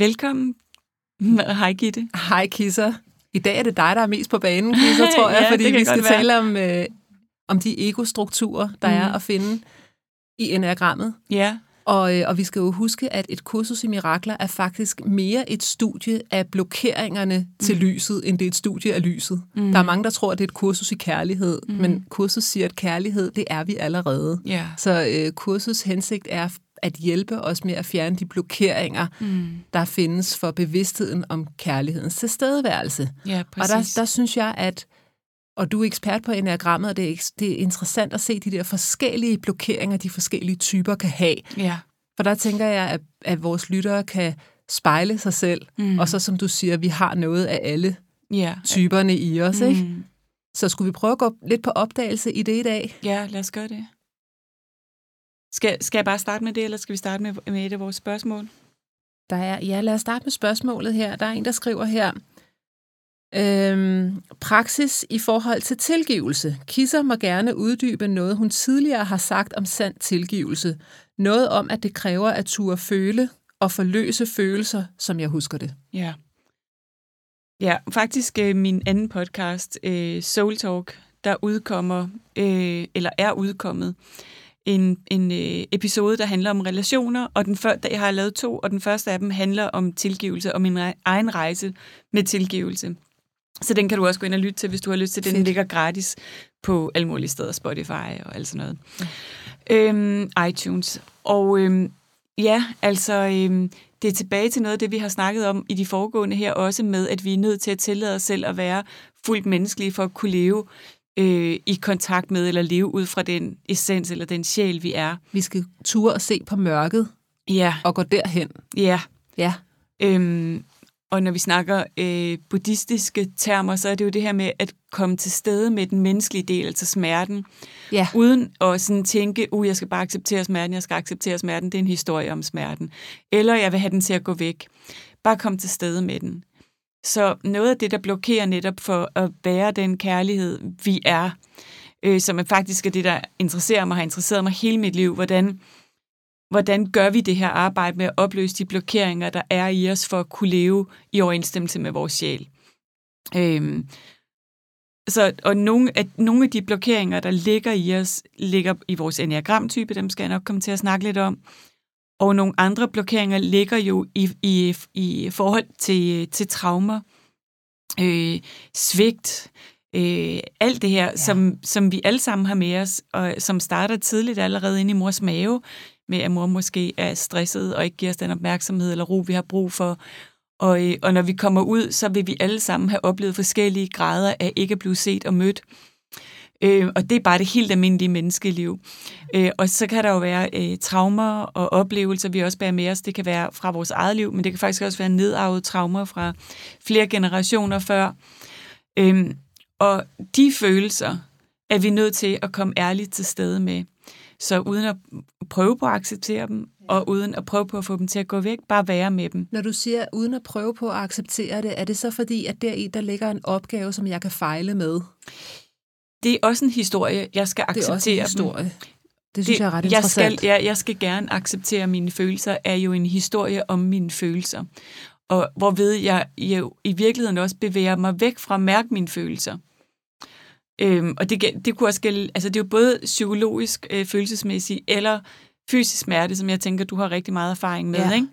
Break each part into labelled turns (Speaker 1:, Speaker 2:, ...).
Speaker 1: Velkommen. Hej Gitte.
Speaker 2: Hej Kisser. I dag er det dig, der er mest på banen, Kisser, tror jeg,
Speaker 1: Ja,
Speaker 2: fordi
Speaker 1: det kan
Speaker 2: vi skal
Speaker 1: godt være.
Speaker 2: tale om, øh, om de ego-strukturer, der mm. er at finde i enagrammet.
Speaker 1: Ja,
Speaker 2: Og, øh, og vi skal jo huske, at et kursus i mirakler er faktisk mere et studie af blokeringerne mm. til lyset, end det er et studie af lyset. Mm. Der er mange, der tror, at det er et kursus i kærlighed, mm. men kursus siger, at kærlighed, det er vi allerede.
Speaker 1: ja.
Speaker 2: Så øh, kursus hensigt er f- at hjælpe os med at fjerne de blokeringer, mm. der findes for bevidstheden om kærlighedens tilstedeværelse.
Speaker 1: Ja,
Speaker 2: Og der, der synes jeg, at og du er ekspert på enagrammet, og det er, eks- det er interessant at se de der forskellige blokeringer, de forskellige typer kan have.
Speaker 1: Ja.
Speaker 2: For der tænker jeg, at, at vores lyttere kan spejle sig selv, mm. og så som du siger, vi har noget af alle
Speaker 1: Ja.
Speaker 2: typerne i os, mm. ikke? Så skulle vi prøve at gå lidt på opdagelse i det i dag?
Speaker 1: Ja, lad os gøre det. Skal, skal jeg bare starte med det, eller skal vi starte med, med et af vores spørgsmål?
Speaker 2: Der er, ja, lad os starte med spørgsmålet her. Der er en, der skriver her. Øhm, praksis i forhold til tilgivelse. Kisser må gerne uddybe noget, hun tidligere har sagt om sand tilgivelse. Noget om, at det kræver at turde føle og forløse følelser, som jeg husker det.
Speaker 1: Ja. Ja, faktisk øh, min anden podcast, øh, Soul Talk, der udkommer, øh, eller er udkommet, en, en øh, episode, der handler om relationer, og den før, der, jeg har lavet to, og den første af dem handler om tilgivelse, og min re- egen rejse med tilgivelse. Så den kan du også gå ind og lytte til, hvis du har lyst til. Den
Speaker 2: Fedt.
Speaker 1: ligger gratis på alle mulige steder, Spotify og alt sådan noget. Øhm, iTunes. Og øhm, ja, altså, øhm, det er tilbage til noget af det, vi har snakket om i de foregående her, også med, at vi er nødt til at tillade os selv at være fuldt menneskelige for at kunne leve øh, i kontakt med, eller leve ud fra den essens eller den sjæl, vi er.
Speaker 2: Vi skal ture og se på mørket
Speaker 1: Ja,
Speaker 2: og gå derhen.
Speaker 1: ja.
Speaker 2: Ja.
Speaker 1: Øhm, og når vi snakker øh, buddhistiske termer, så er det jo det her med at komme til stede med den menneskelige del, altså smerten,
Speaker 2: Ja.
Speaker 1: uden at sådan tænke, uh, jeg skal bare acceptere smerten, jeg skal acceptere smerten, det er en historie om smerten. Eller jeg vil have den til at gå væk. Bare kom til stede med den. Så noget af det, der blokerer netop for at være den kærlighed, vi er, øh, som er faktisk er det, der interesserer mig, har interesseret mig hele mit liv, hvordan, hvordan gør vi det her arbejde med at opløse de blokeringer, der er i os for at kunne leve i overensstemmelse med vores sjæl. Øhm, så, og nogle af, nogle af de blokeringer, der ligger i os, ligger i vores enneagramtype, dem skal jeg nok komme til at snakke lidt om. Og nogle andre blokeringer ligger jo i, i, i forhold til, til traumer, øh, svigt, øh, alt det her, ja. som, som vi alle sammen har med os, og som starter tidligt allerede inde i mors mave, med at mor måske er stresset og ikke giver os den opmærksomhed eller ro, vi har brug for. Og, øh, og når vi kommer ud, så vil vi alle sammen have oplevet forskellige grader af ikke at blive set og mødt. Øh, og det er bare det helt almindelige menneskeliv. Øh, og så kan der jo være øh, traumer og oplevelser, vi også bærer med os. Det kan være fra vores eget liv, men det kan faktisk også være nedarvede traumer fra flere generationer før. Øhm, og de følelser er vi nødt til at komme ærligt til stede med. Så uden at prøve på at acceptere dem, og uden at prøve på at få dem til at gå væk, bare være med dem.
Speaker 2: Når du siger, uden at prøve på at acceptere det, er det så fordi, at deri der ligger en opgave, som jeg kan fejle med?
Speaker 1: det er også en historie, jeg skal
Speaker 2: Det er
Speaker 1: acceptere.
Speaker 2: også en
Speaker 1: dem.
Speaker 2: historie. Det synes det, jeg er ret
Speaker 1: jeg
Speaker 2: interessant.
Speaker 1: skal, jeg, jeg skal gerne acceptere mine følelser, er jo en historie om mine følelser. Og hvorved jeg jo i virkeligheden også bevæger mig væk fra at mærke mine følelser. Øhm, og det, gæl- det kunne også gælde, altså det er jo både psykologisk, øh, følelsesmæssigt, eller fysisk smerte, som jeg tænker, du har rigtig meget erfaring med.
Speaker 2: Ja.
Speaker 1: Ja. Ikke?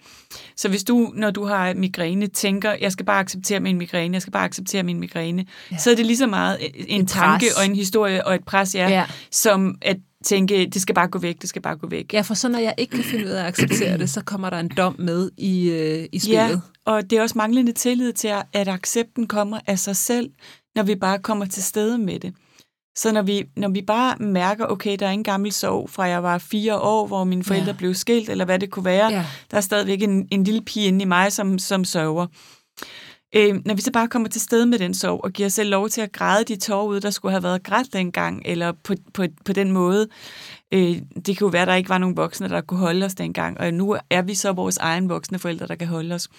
Speaker 1: Så hvis du, når du har migræne, tænker, jeg skal bare acceptere min migræne, jeg skal bare acceptere min migræne, ja. så er det lige så meget øh, en
Speaker 2: Et
Speaker 1: et tanke
Speaker 2: pres.
Speaker 1: og en historie og et pres, ja,
Speaker 2: Ja.
Speaker 1: ja. som at tænke, det skal bare gå væk, det skal bare gå væk.
Speaker 2: Ja, for så når jeg ikke kan finde ud af at acceptere det, så kommer der en dom med i, øh, i spillet.
Speaker 1: Ja, og det er også manglende tillid til, at accepten kommer af sig selv, når vi bare kommer til stede med det. Så når vi, når vi bare mærker, okay, der er en gammel sorg fra jeg var fire år, hvor mine forældre
Speaker 2: Ja.
Speaker 1: ja. blev skilt, eller hvad det kunne være,
Speaker 2: Ja.
Speaker 1: der er stadigvæk en, en lille pige inde i mig, som, som sørger. Øh, når vi så bare kommer til stede med den sorg, og giver os selv lov til at græde de tårer ud, der skulle have været grædt dengang, eller på, på, på den måde. Øh, det kan jo være, at der ikke var nogen voksne, der kunne holde os dengang, og nu er vi så vores egen voksne forældre, der kan holde os.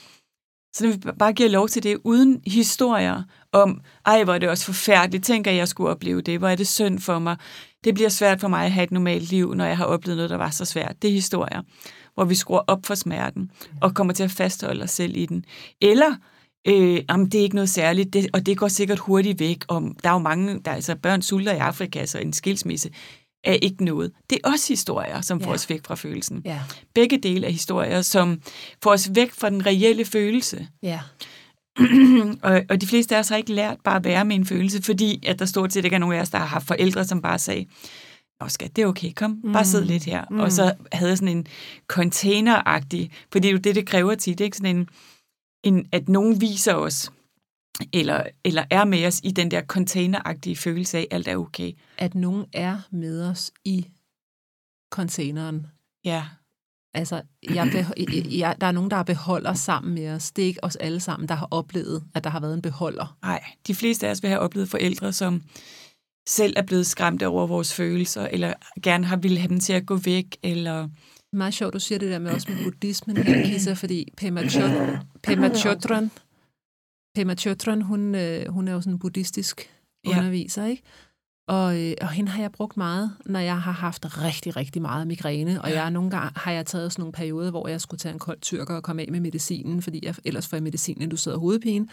Speaker 1: Så når vi bare giver lov til det, uden historier om, ej, hvor er det også forfærdeligt, tænker jeg skulle opleve det, hvor er det synd for mig, det bliver svært for mig at have et normalt liv, når jeg har oplevet noget, der var så svært. Det er historier, hvor vi skruer op for smerten og kommer til at fastholde os selv i den. Eller, øh, jamen, det er ikke noget særligt, det, og det går sikkert hurtigt væk, og der er jo mange, der, altså børn sulter i Afrika, så en skilsmisse er ikke noget. Det er også historier, som får
Speaker 2: Ja.
Speaker 1: os væk fra følelsen.
Speaker 2: Ja.
Speaker 1: Begge dele af historier, som får os væk fra den reelle følelse.
Speaker 2: ja.
Speaker 1: Og, og de fleste af os har ikke lært bare at være med en følelse, fordi at der stort set ikke er nogen af os, der har haft forældre, som bare sagde, Nå skat, det er okay, kom, bare sidde lidt her. Mm. Og så havde jeg sådan en containeragtig, fordi det er jo det, det kræver tit, ikke? Sådan en, en, at nogen viser os, eller, eller er med os i den der containeragtige følelse af, at alt er okay.
Speaker 2: At nogen er med os i containeren.
Speaker 1: Ja,
Speaker 2: Altså, jeg beh- jeg, der er nogen, der er beholder sammen med os. Det er ikke os alle sammen, der har oplevet, at der har været en beholder.
Speaker 1: nej. De fleste af os vil have oplevet forældre, som selv er blevet skræmt over vores følelser, eller gerne har ville have dem til at gå væk, eller...
Speaker 2: Meget sjovt, du siger det der med også med buddhismen her, Kisa, fordi Pema, Chod- Pema Chodron, Pema Chodron hun, øh, hun er jo sådan en buddhistisk
Speaker 1: Ja.
Speaker 2: underviser, ikke? Og, øh, og hende har jeg brugt meget, når jeg har haft rigtig, rigtig meget migræne. Og jeg nogle gange har jeg taget sådan nogle perioder, hvor jeg skulle tage en kold tyrker og komme af med medicinen, fordi jeg, ellers får jeg medicin, inden du sidder hovedpine.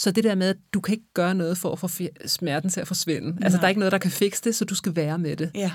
Speaker 2: Så det der med, at du kan ikke gøre noget for at få fi- smerten til at forsvinde. Altså,
Speaker 1: Nej.
Speaker 2: der er ikke noget, der kan fikse det, så du skal være med det.
Speaker 1: Ja,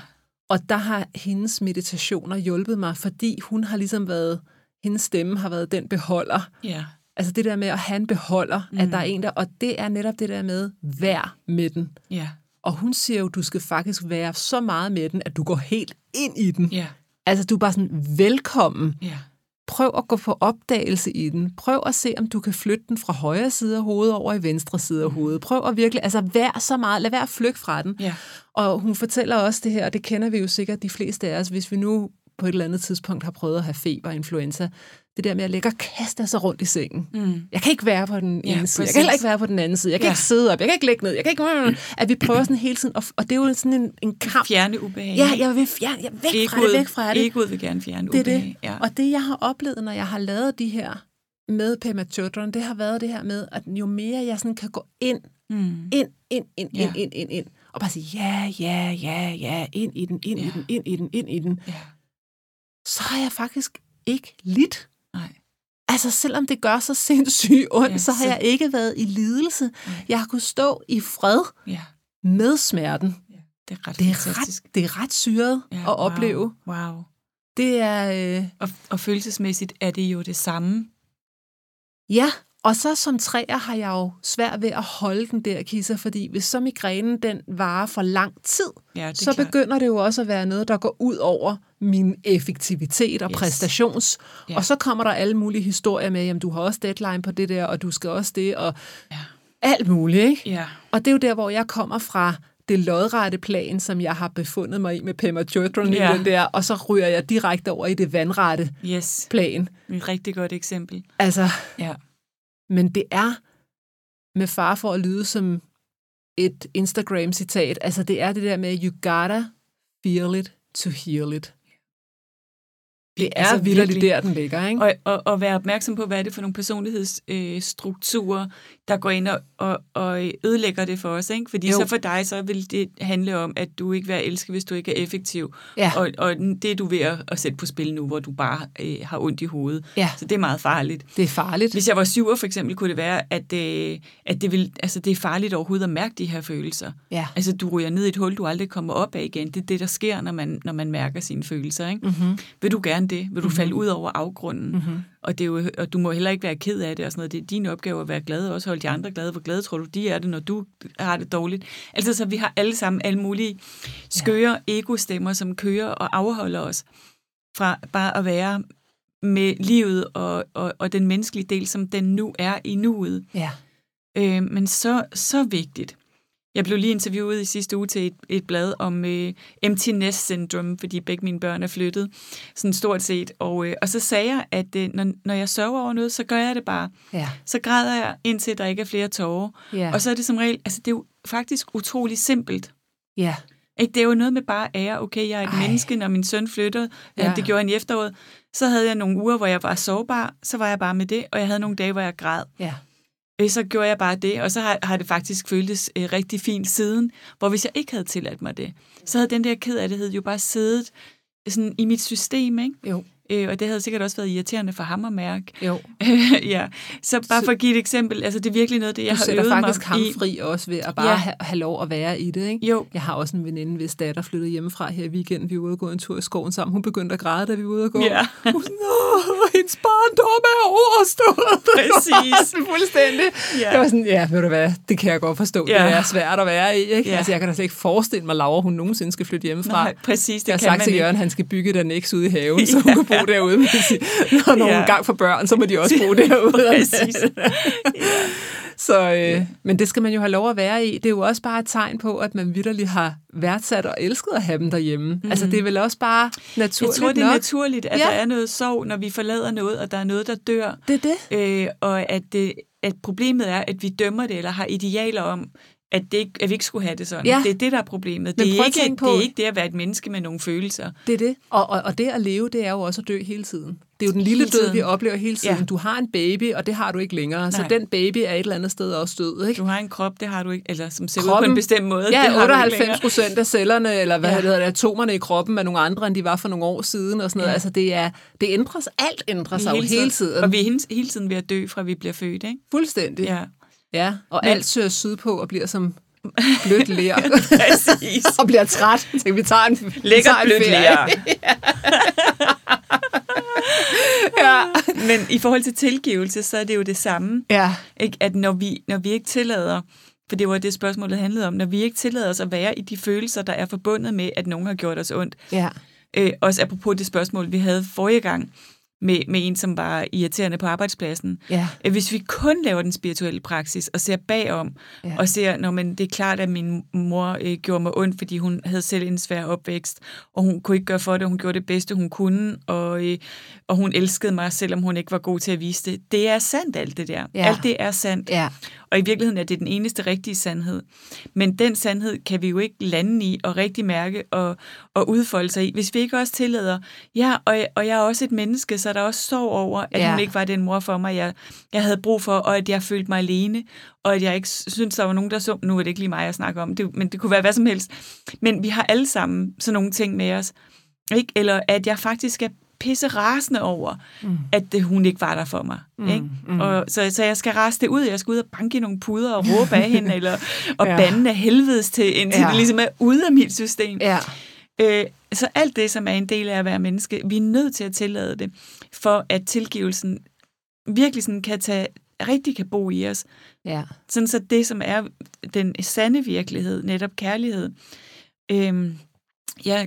Speaker 2: Og der har hendes meditationer hjulpet mig, fordi hun har ligesom været, hendes stemme har været den beholder.
Speaker 1: ja.
Speaker 2: Altså det der med, at han beholder, mm. at der er en der, og det er netop det der med, vær med den.
Speaker 1: Ja,
Speaker 2: Og hun siger jo, du skal faktisk være så meget med den, at du går helt ind i den.
Speaker 1: ja,
Speaker 2: Altså du er bare sådan, velkommen.
Speaker 1: ja,
Speaker 2: Prøv at gå på opdagelse i den. Prøv at se, om du kan flytte den fra højre side af hovedet over i venstre side af hovedet. Prøv at virkelig, altså vær så meget, lad være at flygte fra den.
Speaker 1: Mhm. ja,
Speaker 2: Og hun fortæller også det her, og det kender vi jo sikkert de fleste af os, hvis vi nu på et eller andet tidspunkt har prøvet at have feber og influenza. Det der med at ligge og kaste sig rundt i sengen. Mm. Jeg kan ikke være på den ene
Speaker 1: Ja,
Speaker 2: ja, side. Jeg
Speaker 1: præcis.
Speaker 2: kan heller ikke være på den anden side. Jeg kan
Speaker 1: Ja.
Speaker 2: ikke sidde op. Jeg kan ikke ligge ned. Jeg kan ikke... mm, At vi prøver sådan hele tiden. Og, og det er jo sådan en, en kamp.
Speaker 1: fjerne ubehag.
Speaker 2: Ja, jeg vil fjerne. Jeg er væk fra det, væk fra det.
Speaker 1: Egoet vil gerne fjerne
Speaker 2: Det er
Speaker 1: ubehag.
Speaker 2: det.
Speaker 1: Ja.
Speaker 2: Og det, jeg har oplevet, når jeg har lavet de her med Pema Chodron, det har været det her med, at jo mere jeg sådan kan gå ind, mm. ind, ind, ind,
Speaker 1: Ja.
Speaker 2: ind, ind, ind, ind, og bare sige, ja, ja, ja, ja, ind i den, ind i
Speaker 1: Ja.
Speaker 2: den, ind i den, ind i den,
Speaker 1: ja.
Speaker 2: så har jeg faktisk ikke lidt.
Speaker 1: Nej.
Speaker 2: Altså, selvom det gør så sindssygt ondt,
Speaker 1: Ja,
Speaker 2: så har
Speaker 1: så-
Speaker 2: jeg ikke været i lidelse. Jeg har kunnet stå i fred
Speaker 1: Ja.
Speaker 2: med smerten.
Speaker 1: ja. Det er ret
Speaker 2: Det er
Speaker 1: fantastisk.
Speaker 2: ret, det er ret syret ja, at opleve.
Speaker 1: Wow. wow.
Speaker 2: Det er... Øh,
Speaker 1: Og, og følelsesmæssigt er det jo det samme.
Speaker 2: Ja, og så som træer har jeg jo svært ved at holde den der kisser, fordi hvis så migrænen den varer for lang tid,
Speaker 1: Ja, det er
Speaker 2: så
Speaker 1: klart.
Speaker 2: begynder det jo også at være noget, der går ud over min effektivitet og yes.
Speaker 1: Yes.
Speaker 2: præstations. Ja.
Speaker 1: Ja.
Speaker 2: Og så kommer der alle mulige historier med, jamen du har også deadline på det der, og du skal også det, og
Speaker 1: Ja.
Speaker 2: alt muligt. Ikke?
Speaker 1: Ja.
Speaker 2: Og det er jo der, hvor jeg kommer fra det lodrette plan, som jeg har befundet mig i med Pema Chodron ja.
Speaker 1: Ja.
Speaker 2: i den der, og så ryger jeg direkte over i det vandrette
Speaker 1: Yes.
Speaker 2: plan.
Speaker 1: Et rigtig godt eksempel.
Speaker 2: Altså,
Speaker 1: Ja.
Speaker 2: Men det er med far for at lyde som et Instagram-citat. Altså det er det der med, you gotta feel it to heal it.
Speaker 3: Det er altså, vildt der, den ligger,
Speaker 2: Mm.
Speaker 3: ikke?
Speaker 1: Og, og, og være opmærksom på, hvad er det for nogle personlighedsstrukturer, øh, der går ind og, og, og ødelægger det for os, ikke? Fordi jo. så for dig, så vil det handle om, at du ikke vil være elsket, hvis du ikke er effektiv.
Speaker 2: Ja.
Speaker 1: Og, og det er du ved at, at sætte på spil nu, hvor du bare øh, har ondt i hovedet.
Speaker 2: Ja.
Speaker 1: Så det er meget farligt.
Speaker 2: Det er farligt.
Speaker 1: Hvis jeg var syver, for eksempel, kunne det være, at, øh, at det, vil, altså, det er farligt overhovedet at mærke de her følelser.
Speaker 2: Ja.
Speaker 1: Altså, du ryger ned i et hul, du aldrig kommer op af igen. Det er det, der sker, når man, når man mærker sine følelser, ikke?
Speaker 2: Mm-hmm.
Speaker 1: Vil du gerne det? Vil du mm-hmm. falde ud over afgrunden?
Speaker 2: Mm-hmm.
Speaker 1: Og, det er jo, og du må heller ikke være ked af det og sådan noget. Det er din opgave at være glad og også holde de andre glade. Hvor glade tror du, de er det, når du har det dårligt? Altså, så vi har alle sammen alle mulige skøre ja. ego-stemmer, som kører og afholder os fra bare at være med livet og, og, og den menneskelige del, som den nu er i nuet.
Speaker 2: Ja.
Speaker 1: Øh, men så, så vigtigt. Jeg blev lige interviewet i sidste uge til et, et blad om øh, empty nest syndrome, fordi begge mine børn er flyttet, sådan stort set. Og, øh, og så sagde jeg, at øh, når, når jeg sørger over noget, så gør jeg det bare.
Speaker 2: Ja.
Speaker 1: Så græder jeg, indtil der ikke er flere tårer.
Speaker 2: Ja.
Speaker 1: Og så er det som regel, altså det er jo faktisk utrolig simpelt.
Speaker 2: ja.
Speaker 1: Ikke? Det er jo noget med bare ære. Okay, jeg er et Ej.
Speaker 2: Ej.
Speaker 1: menneske, når min søn flytter,
Speaker 2: Ja.
Speaker 1: ja. det gjorde han i efteråret, så havde jeg nogle uger, hvor jeg var sårbar, så var jeg bare med det, og jeg havde nogle dage, hvor jeg græd.
Speaker 2: Ja.
Speaker 1: Øh, så gjorde jeg bare det, og så har, har det faktisk føltes øh, rigtig fint siden, hvor hvis jeg ikke havde tilladt mig det, så havde den der kederlighed jo bare siddet øh, sådan i mit system, ikke?
Speaker 2: Jo.
Speaker 1: Øh, og det havde sikkert også været irriterende for ham at mærke.
Speaker 2: Jo.
Speaker 1: ja, så bare for at give et eksempel, altså det er virkelig noget, det jeg
Speaker 2: Du
Speaker 1: har
Speaker 2: sætter
Speaker 1: øvet
Speaker 2: faktisk
Speaker 1: mig
Speaker 2: ham
Speaker 1: i.
Speaker 2: fri også ved at bare ja.
Speaker 1: Ja.
Speaker 2: have, have lov at være i det, ikke?
Speaker 1: Jo,
Speaker 2: Jeg har også en veninde, hvis datter flyttede hjemmefra her i weekenden. Vi var ude og gå en tur i skoven sammen. Hun begyndte at græde, da vi var ude og gå.
Speaker 1: Ja.
Speaker 2: Hun var sådan, Åh, hendes barndom er overstået.
Speaker 1: Præcis.
Speaker 2: sådan fuldstændig.
Speaker 1: Ja.
Speaker 2: Jeg var sådan, ja, ved du hvad, det kan jeg godt forstå.
Speaker 1: Ja.
Speaker 2: Det er svært at være i, ikke?
Speaker 1: Ja.
Speaker 2: Altså, jeg kan da slet ikke forestille mig, Laura, hun nogensinde skal flytte hjemmefra.
Speaker 1: Nej, præcis, det
Speaker 2: jeg har
Speaker 1: kan
Speaker 2: sagt
Speaker 1: man
Speaker 2: til
Speaker 1: ikke.
Speaker 2: Jørgen, han skal bygge den eks ude i haven, så hun kan bo derude. Men jeg siger, når nogen
Speaker 1: Ja.
Speaker 2: gang for børn, så må de også bo derude.
Speaker 1: præcis.
Speaker 2: Så, øh, men det skal man jo have lov at være i. Det er jo også bare et tegn på, at man vidderligt har værdsat og elsket at have dem derhjemme. Mm. Altså, det er vel også bare
Speaker 1: Mhm. Jeg
Speaker 2: naturligt
Speaker 1: tror, det er
Speaker 2: nok.
Speaker 1: naturligt, at
Speaker 2: Ja.
Speaker 1: ja. der er noget sorg, når vi forlader noget, og der er noget, der dør.
Speaker 2: det er det.
Speaker 1: Øh, og at, det, at problemet er, at vi dømmer det, eller har idealer om, at, det ikke, at vi ikke skulle have det sådan.
Speaker 2: Ja.
Speaker 1: Det er det, der er problemet.
Speaker 2: Men
Speaker 1: Det
Speaker 2: prøv
Speaker 1: er,
Speaker 2: at
Speaker 1: ikke,
Speaker 2: tænke på-
Speaker 1: det er ikke det at være et menneske med nogle følelser.
Speaker 2: Det er det. Og, og, og det at leve, det er jo også at dø hele tiden. Det er jo den lille
Speaker 1: Hele
Speaker 2: død,
Speaker 1: tiden.
Speaker 2: vi oplever hele tiden.
Speaker 1: Ja.
Speaker 2: Du har en baby, og det har du ikke længere. Så
Speaker 1: Nej.
Speaker 2: den baby er et eller andet sted også død, ikke?
Speaker 1: Du har en krop, det har du ikke, eller som ser ud på
Speaker 2: Kroppen-
Speaker 1: en bestemt måde. det har du
Speaker 2: Ja,
Speaker 1: ikke
Speaker 2: 98
Speaker 1: længere.
Speaker 2: procent af cellerne, eller hvad
Speaker 1: Ja.
Speaker 2: hedder det, atomerne i kroppen er nogle andre, end de var for nogle år siden, og sådan noget. Ja.
Speaker 1: Ja.
Speaker 2: Altså, det, er, det ændres, alt ændrer sig jo hele tiden.
Speaker 1: Og vi er hele- hele tiden ved at dø, fra vi bliver født, ikke?
Speaker 2: Fuldstændig.
Speaker 1: Ja,
Speaker 2: Ja, og Men...
Speaker 1: Men-
Speaker 2: alt søger sydpå og bliver som blødt ler.
Speaker 1: præcis.
Speaker 2: og bliver træt. Så vi tager en, vi
Speaker 1: Lækkert
Speaker 2: tager en
Speaker 1: blødt
Speaker 2: ferie.
Speaker 1: lærer.
Speaker 2: Ja.
Speaker 1: Men i forhold til tilgivelse, så er det jo det samme.
Speaker 2: ja.
Speaker 1: Ikke? At når vi, når vi ikke tillader, for det var det spørgsmålet handlede om, når vi ikke tillader os at være i de følelser, der er forbundet med, at nogen har gjort os ondt.
Speaker 2: Ja.
Speaker 1: Øh, også apropos det spørgsmål, vi havde forrige gang med, med en, som var irriterende på arbejdspladsen.
Speaker 2: Ja.
Speaker 1: Øh, Hvis vi kun laver den spirituelle praksis og ser bagom,
Speaker 2: Ja.
Speaker 1: ja. og ser, når man, det er klart, at min mor øh, gjorde mig ondt, fordi hun havde selv en svær opvækst, og hun kunne ikke gøre for det, hun gjorde det bedste, hun kunne, og, øh, og hun elskede mig, selvom hun ikke var god til at vise det. Det er sandt, alt det der.
Speaker 2: Ja.
Speaker 1: Alt det er sandt.
Speaker 2: Ja.
Speaker 1: Og i virkeligheden er det den eneste rigtige sandhed. Men den sandhed kan vi jo ikke lande i og rigtig mærke og, og udfolde sig i, hvis vi ikke også tillader, ja, og, jeg- og jeg er også et menneske, så er der også sorg over, at
Speaker 2: Ja.
Speaker 1: ja. hun ikke var den mor for mig, jeg, jeg havde brug for, og at jeg følte mig alene, og at jeg ikke synes, der var nogen, der så, nu er det ikke lige mig, jeg snakker om, det, men det kunne være hvad som helst. Men vi har alle sammen sådan nogle ting med os, ikke? Eller at jeg faktisk er pisse rasende over, mm. at øh, hun ikke var der for mig. Ikke? Mm. Og, så, så jeg skal raste det ud, jeg skal ud og banke i nogle puder og råbe af hende, eller og
Speaker 2: Ja.
Speaker 1: ja. bande af helvedes til, indtil
Speaker 2: Ja.
Speaker 1: ja. det ligesom er ude af mit system.
Speaker 2: Ja.
Speaker 1: Øh, så alt det, som er en del af at være menneske, vi er nødt til at tillade det, for at tilgivelsen virkelig sådan kan tage, rigtig kan bo i os.
Speaker 2: Ja.
Speaker 1: Sådan så det, som er den sande virkelighed, netop kærlighed, øhm, ja,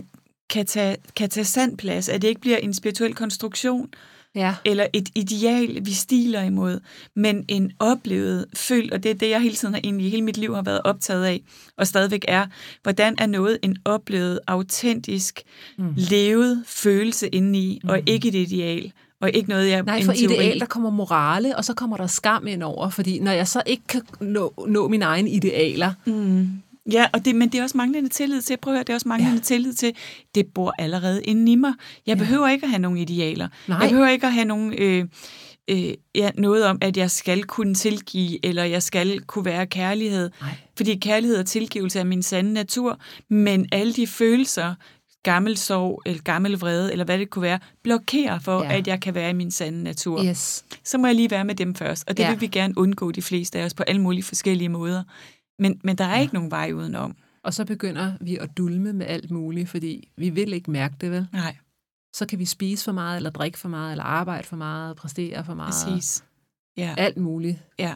Speaker 1: kan, tage, kan tage sand plads, at det ikke bliver en spirituel konstruktion,
Speaker 2: Ja.
Speaker 1: eller et ideal, vi stiler imod, men en oplevet føl, og det er det, jeg hele tiden har, egentlig hele mit liv har været optaget af, og stadigvæk er, hvordan er noget en oplevet, autentisk, mm. levet følelse indeni, og ikke et ideal, og ikke noget, jeg
Speaker 2: Nej,
Speaker 1: en
Speaker 2: for
Speaker 1: teori.
Speaker 2: ideal, der kommer morale, og så kommer der skam ind over, fordi når jeg så ikke kan nå, nå mine egne idealer, mm.
Speaker 1: Ja, og det, men det er også manglende tillid til, prøv at høre, det er også manglende ja. tillid til, det bor allerede inde i mig. Jeg behøver ja. ikke at have nogen idealer.
Speaker 2: Nej.
Speaker 1: Jeg behøver ikke at have nogen, øh, øh, ja, noget om, at jeg skal kunne tilgive, eller jeg skal kunne være kærlighed.
Speaker 2: Nej.
Speaker 1: Fordi kærlighed og tilgivelse er min sande natur, men alle de følelser, gammel sorg, eller gammel vrede, eller hvad det kunne være, blokerer for,
Speaker 2: Ja.
Speaker 1: ja. at jeg kan være i min sande natur.
Speaker 2: Yes.
Speaker 1: så må jeg lige være med dem først. Og det
Speaker 2: Ja.
Speaker 1: ja. vil vi gerne undgå de fleste af os på alle mulige forskellige måder. Men, men der er ja. ikke nogen vej udenom.
Speaker 2: Og så begynder vi at dulme med alt muligt, fordi vi vil ikke mærke det, vel?
Speaker 1: Nej,
Speaker 2: Så kan vi spise for meget, eller drikke for meget, eller arbejde for meget, præstere for meget.
Speaker 1: præcis. Ah. Ja.
Speaker 2: Alt muligt.
Speaker 1: Ja.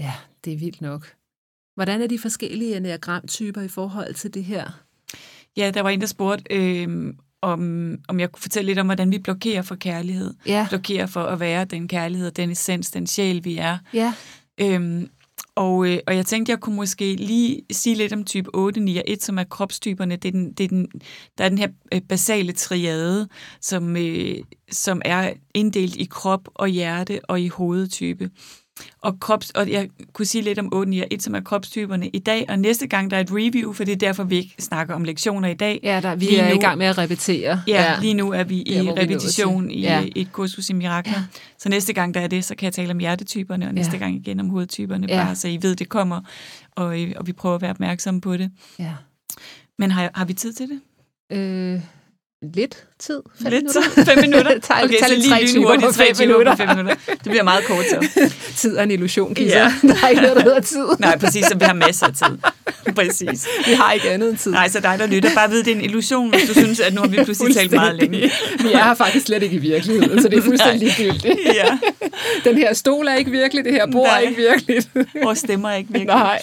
Speaker 2: Ja, det er vildt nok. Hvordan er de forskellige enagramtyper i forhold til det her?
Speaker 1: ja, der var en, der spurgte, øh, om, om jeg kunne fortælle lidt om, hvordan vi blokerer for kærlighed.
Speaker 2: Ja,
Speaker 1: Blokerer for at være den kærlighed, den essens, den sjæl, vi er.
Speaker 2: ja.
Speaker 1: Øhm, og, øh, og jeg tænkte, jeg kunne måske lige sige lidt om type 8, 9 og 1, som er kropstyperne. Det er den, det er den, der er den her øh, basale triade, som, øh, som er inddelt i krop og hjerte og i hovedtype. Og, krops, og jeg kunne sige lidt om 8, 9 og 1, som er kropstyperne i dag. Og næste gang, der er et review, for det er derfor, vi ikke snakker om lektioner i dag.
Speaker 2: ja der, vi
Speaker 1: Lige
Speaker 2: er
Speaker 1: nu-
Speaker 2: i gang med at repetere.
Speaker 1: Ja, ja, lige nu er vi i
Speaker 2: Der, hvor vi er nået
Speaker 1: repetition
Speaker 2: til.
Speaker 1: i
Speaker 2: Ja.
Speaker 1: ja. et kursus i mirakler.
Speaker 2: Ja.
Speaker 1: Ja. Så næste gang, der er det, så kan jeg tale om hjertetyperne, og næste
Speaker 2: Ja.
Speaker 1: ja. gang igen om hovedtyperne,
Speaker 2: Ja.
Speaker 1: ja. bare så I ved, det kommer, og, øh, og vi prøver at være opmærksomme på det.
Speaker 2: ja.
Speaker 1: Men har, har vi tid til det?
Speaker 2: Øh, lidt tid. Fem
Speaker 1: Lidt?
Speaker 2: minutter.
Speaker 1: Fem minutter?
Speaker 2: Tag- tag
Speaker 1: så
Speaker 2: lige
Speaker 1: lige
Speaker 2: tre timer
Speaker 1: lynhurtigt,
Speaker 2: på
Speaker 1: tre
Speaker 2: fem
Speaker 1: timer på
Speaker 2: minutter.
Speaker 1: fem minutter. Det bliver meget kort så.
Speaker 2: Tid er en illusion, Kisser. Ja.
Speaker 1: Ja.
Speaker 2: Der er ikke noget, der hedder tid.
Speaker 1: Nej, præcis, så vi har masser af tid. Præcis.
Speaker 2: Vi har ikke andet end tid.
Speaker 1: Nej, så dig, der lytter, bare ved, det er en illusion, hvis du synes, at nu har vi pludselig talt meget længe.
Speaker 2: Vi er her faktisk slet ikke i virkeligheden, så det er fuldstændig ligegyldigt.
Speaker 1: Ja,
Speaker 2: Den her stol er ikke virkelig, det her bord er
Speaker 1: Nej.
Speaker 2: ikke virkeligt.
Speaker 1: vores stemmer er ikke virkelig.
Speaker 2: Nej.